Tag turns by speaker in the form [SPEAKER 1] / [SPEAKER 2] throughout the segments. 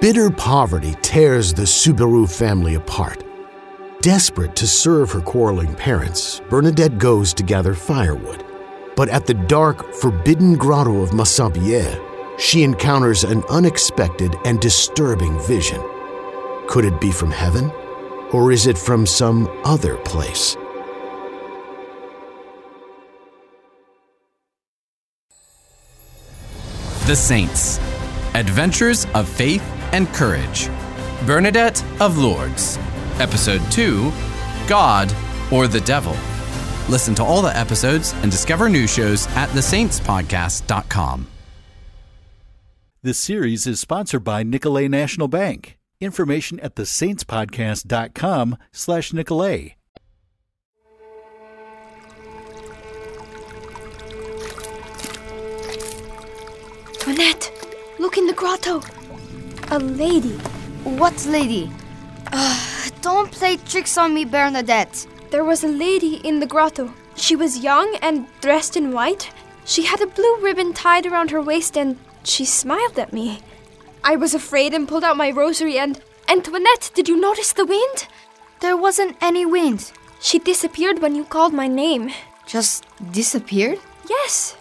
[SPEAKER 1] Bitter poverty tears the Subaru family apart. Desperate to serve her quarreling parents, Bernadette goes to gather firewood. But at the dark, forbidden grotto of Massampierre, she encounters an unexpected and disturbing vision. Could it be from heaven? Or is it from some other place?
[SPEAKER 2] The Saints Adventures of Faith and Courage. Bernadette of Lourdes. Episode 2 God or the Devil. Listen to all the episodes and discover new shows at thesaintspodcast.com.
[SPEAKER 3] This series is sponsored by Nicolay National Bank. Information at thesaintspodcast.com slash Nicolay.
[SPEAKER 4] Toinette, look in the grotto.
[SPEAKER 5] A lady.
[SPEAKER 4] What lady? Uh, don't play tricks on me, Bernadette.
[SPEAKER 5] There was a lady in the grotto. She was young and dressed in white. She had a blue ribbon tied around her waist and she smiled at me. I was afraid and pulled out my rosary and. Antoinette, did you notice the wind?
[SPEAKER 4] There wasn't any wind.
[SPEAKER 5] She disappeared when you called my name.
[SPEAKER 4] Just disappeared?
[SPEAKER 5] Yes.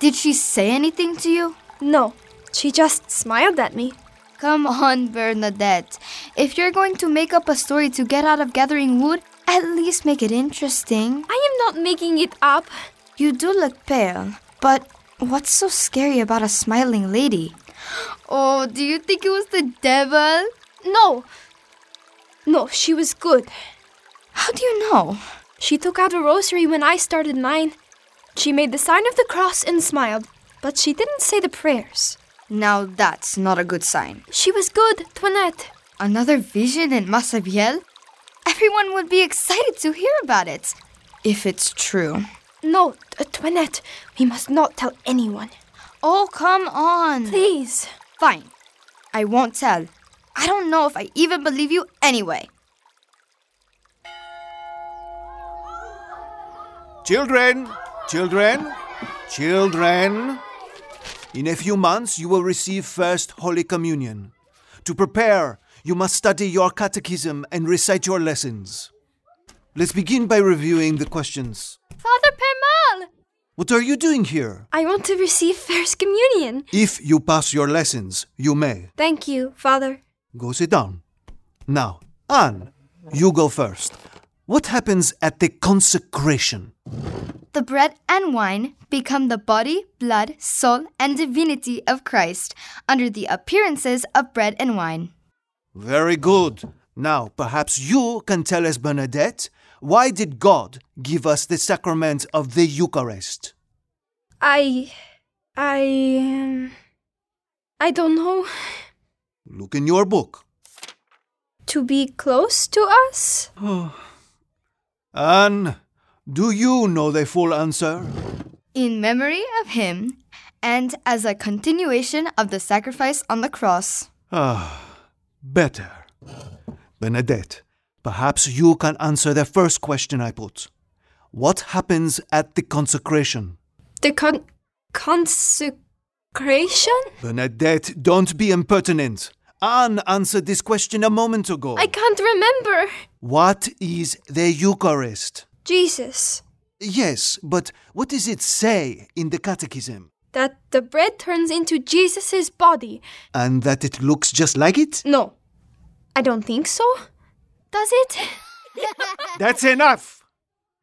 [SPEAKER 4] Did she say anything to you?
[SPEAKER 5] No, she just smiled at me.
[SPEAKER 4] Come on, Bernadette. If you're going to make up a story to get out of gathering wood, at least make it interesting.
[SPEAKER 5] I am not making it up.
[SPEAKER 4] You do look pale, but what's so scary about a smiling lady? Oh, do you think it was the devil?
[SPEAKER 5] No. No, she was good.
[SPEAKER 4] How do you know?
[SPEAKER 5] She took out a rosary when I started mine. She made the sign of the cross and smiled, but she didn't say the prayers.
[SPEAKER 4] Now that's not a good sign.
[SPEAKER 5] She was good, Toinette.
[SPEAKER 4] Another vision in Massabielle? Everyone would be excited to hear about it. If it's true.
[SPEAKER 5] No, uh, Toinette, we must not tell anyone.
[SPEAKER 4] Oh, come on.
[SPEAKER 5] Please.
[SPEAKER 4] Fine. I won't tell. I don't know if I even believe you anyway.
[SPEAKER 6] Children! Children! Children! In a few months, you will receive First Holy Communion. To prepare, you must study your catechism and recite your lessons. Let's begin by reviewing the questions.
[SPEAKER 5] Father Permal!
[SPEAKER 6] What are you doing here?
[SPEAKER 5] I want to receive First Communion.
[SPEAKER 6] If you pass your lessons, you may.
[SPEAKER 5] Thank you, Father.
[SPEAKER 6] Go sit down. Now, Anne, you go first. What happens at the consecration?
[SPEAKER 4] The bread and wine become the body, blood, soul, and divinity of Christ under the appearances of bread and wine.
[SPEAKER 6] Very good. Now, perhaps you can tell us, Bernadette, why did God give us the sacrament of the Eucharist?
[SPEAKER 5] I. I. Um, I don't know.
[SPEAKER 6] Look in your book.
[SPEAKER 5] To be close to us?
[SPEAKER 6] Anne, do you know the full answer?
[SPEAKER 4] In memory of him, and as a continuation of the sacrifice on the cross.
[SPEAKER 6] Ah, better. Benedette, perhaps you can answer the first question I put. What happens at the consecration?
[SPEAKER 5] The con- consecration?
[SPEAKER 6] Benedette, don't be impertinent. Anne answered this question a moment ago.
[SPEAKER 5] I can't remember.
[SPEAKER 6] What is the Eucharist?
[SPEAKER 5] Jesus.
[SPEAKER 6] Yes, but what does it say in the Catechism?
[SPEAKER 5] That the bread turns into Jesus' body.
[SPEAKER 6] And that it looks just like it?
[SPEAKER 5] No, I don't think so. Does it?
[SPEAKER 6] That's enough!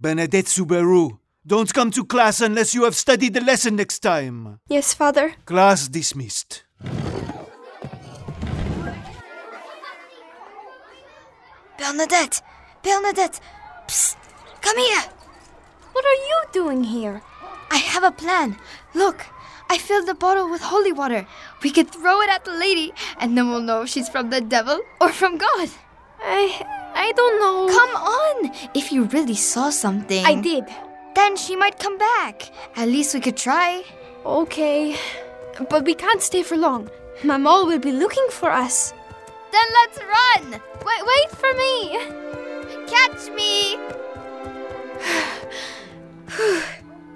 [SPEAKER 6] Benedette Subaru, don't come to class unless you have studied the lesson next time.
[SPEAKER 5] yes, Father.
[SPEAKER 6] Class dismissed.
[SPEAKER 4] Bernadette! Bernadette! Psst! Come here!
[SPEAKER 5] What are you doing here?
[SPEAKER 4] I have a plan. Look, I filled the bottle with holy water. We could throw it at the lady, and then we'll know if she's from the devil or from God.
[SPEAKER 5] I. I don't know.
[SPEAKER 4] Come on! If you really saw something,
[SPEAKER 5] I did.
[SPEAKER 4] Then she might come back. At least we could try.
[SPEAKER 5] Okay. But we can't stay for long. Maman will be looking for us.
[SPEAKER 4] Then let's run!
[SPEAKER 5] Wait, wait for me!
[SPEAKER 4] Catch me!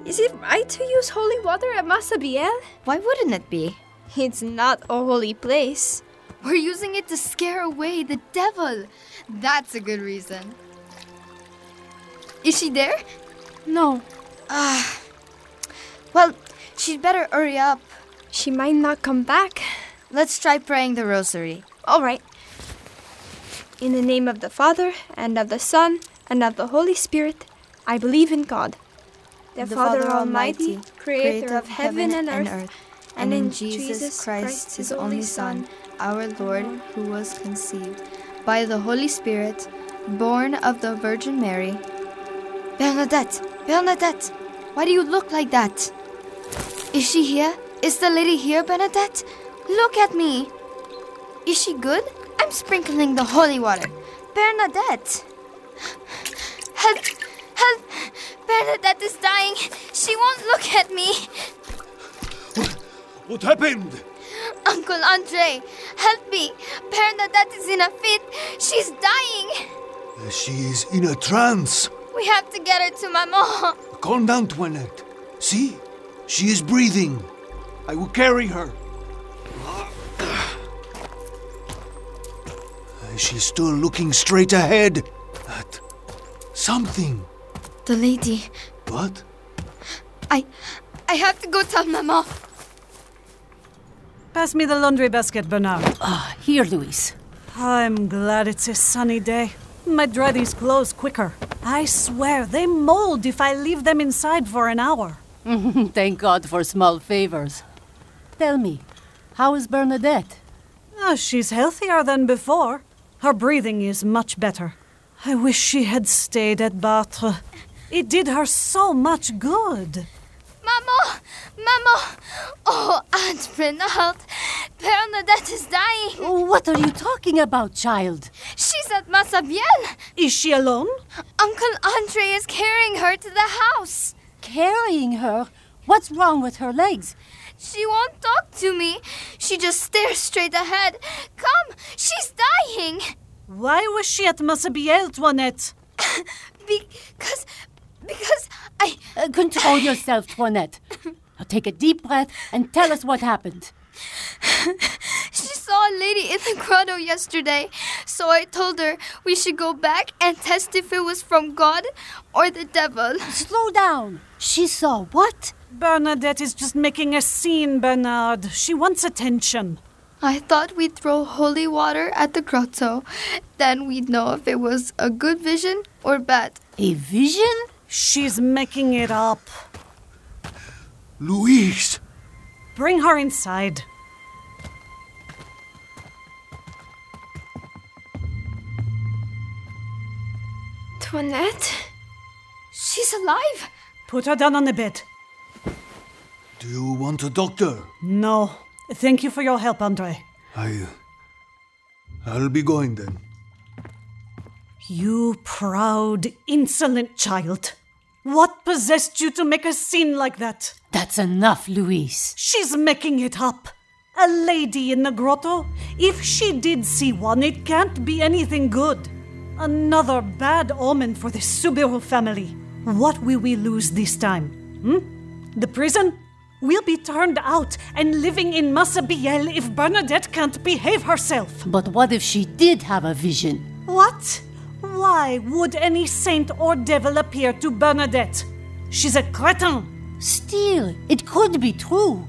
[SPEAKER 5] Is it right to use holy water at Massabielle?
[SPEAKER 4] Why wouldn't it be?
[SPEAKER 5] It's not a holy place.
[SPEAKER 4] We're using it to scare away the devil. That's a good reason. Is she there?
[SPEAKER 5] No,
[SPEAKER 4] Well, she'd better hurry up.
[SPEAKER 5] she might not come back.
[SPEAKER 4] Let's try praying the rosary.
[SPEAKER 5] All right. In the name of the Father, and of the Son, and of the Holy Spirit, I believe in God, the, Father, Almighty, creator of heaven and earth,
[SPEAKER 4] and in Jesus Christ, his only Son, our Lord, who was conceived by the Holy Spirit, born of the Virgin Mary. Bernadette, Bernadette, why do you look like that? Is she here? Is the lady here, Bernadette? Look at me. Is she good? I'm sprinkling the holy water. Bernadette. Help! Help! Bernadette is dying. She won't look at me.
[SPEAKER 6] What happened?
[SPEAKER 4] Uncle Andre, help me. Bernadette is in a fit. She's dying.
[SPEAKER 6] She is in a trance.
[SPEAKER 4] We have to get her to Maman.
[SPEAKER 6] Calm down, Toinette. See? She is breathing. I will carry her. Uh, She's still looking straight ahead at something.
[SPEAKER 4] The lady.
[SPEAKER 6] What?
[SPEAKER 4] I. I have to go tell Maman.
[SPEAKER 7] Pass me the laundry basket, Bernard.
[SPEAKER 8] Here, Luis.
[SPEAKER 7] I'm glad it's a sunny day. Might dry these clothes quicker. I swear, they mold if I leave them inside for an hour.
[SPEAKER 8] Thank God for small favors. Tell me, how is Bernadette?
[SPEAKER 7] Ah, she's healthier than before. Her breathing is much better. I wish she had stayed at Batres. It did her so much good.
[SPEAKER 4] Maman! Maman! Oh, Aunt Renald. Bernadette is dying.
[SPEAKER 8] What are you talking about, child?
[SPEAKER 4] She's at Massabielle.
[SPEAKER 7] Is she alone?
[SPEAKER 4] Uncle Andre is carrying her to the house.
[SPEAKER 8] Carrying her? What's wrong with her legs?
[SPEAKER 4] She won't talk to me. She just stares straight ahead. Come, she's dying.
[SPEAKER 7] Why was she at Massabielle, Toinette?
[SPEAKER 4] Because, because I,
[SPEAKER 8] Uh, control yourself, Toinette. Now take a deep breath and tell us what happened.
[SPEAKER 4] she saw a lady in the grotto yesterday. So I told her we should go back and test if it was from God or the devil.
[SPEAKER 8] Slow down. She saw what?
[SPEAKER 7] Bernadette is just making a scene, Bernard. She wants attention.
[SPEAKER 4] I thought we'd throw holy water at the grotto. Then we'd know if it was a good vision or bad.
[SPEAKER 8] A vision?
[SPEAKER 7] She's making it up.
[SPEAKER 6] Luis!
[SPEAKER 7] Bring her inside.
[SPEAKER 5] Toinette?
[SPEAKER 4] She's alive.
[SPEAKER 7] Put her down on the bed.
[SPEAKER 6] Do you want a doctor?
[SPEAKER 7] No. Thank you for your help, Andre.
[SPEAKER 6] I. I'll be going then.
[SPEAKER 7] You proud, insolent child. What possessed you to make a scene like that?
[SPEAKER 8] That's enough, Luis.
[SPEAKER 7] She's making it up. A lady in the grotto? If she did see one, it can't be anything good. Another bad omen for the Subiru family. What will we lose this time? Hmm? The prison? We'll be turned out and living in Massabielle if Bernadette can't behave herself.
[SPEAKER 8] But what if she did have a vision?
[SPEAKER 7] What? Why would any saint or devil appear to Bernadette? She's a cretin.
[SPEAKER 8] Still, it could be true.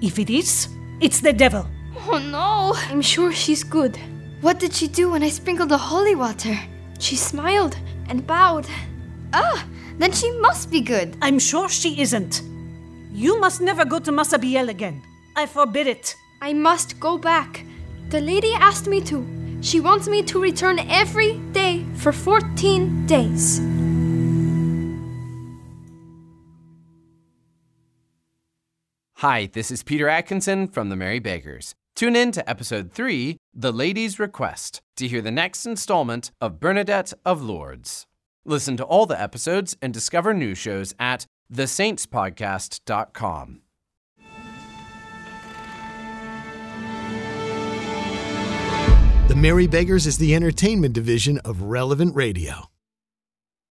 [SPEAKER 7] If it is, it's the devil.
[SPEAKER 4] Oh no.
[SPEAKER 5] I'm sure she's good.
[SPEAKER 4] What did she do when I sprinkled the holy water?
[SPEAKER 5] She smiled and bowed.
[SPEAKER 4] Ah, then she must be good.
[SPEAKER 7] I'm sure she isn't. You must never go to Massabielle again. I forbid it.
[SPEAKER 5] I must go back. The lady asked me to. She wants me to return every day for 14 days.
[SPEAKER 2] Hi, this is Peter Atkinson from the Merry Bakers. Tune in to episode 3, The Lady's Request, to hear the next installment of Bernadette of Lourdes. Listen to all the episodes and discover new shows at thesaintspodcast.com.
[SPEAKER 1] The Merry Beggars is the entertainment division of Relevant Radio.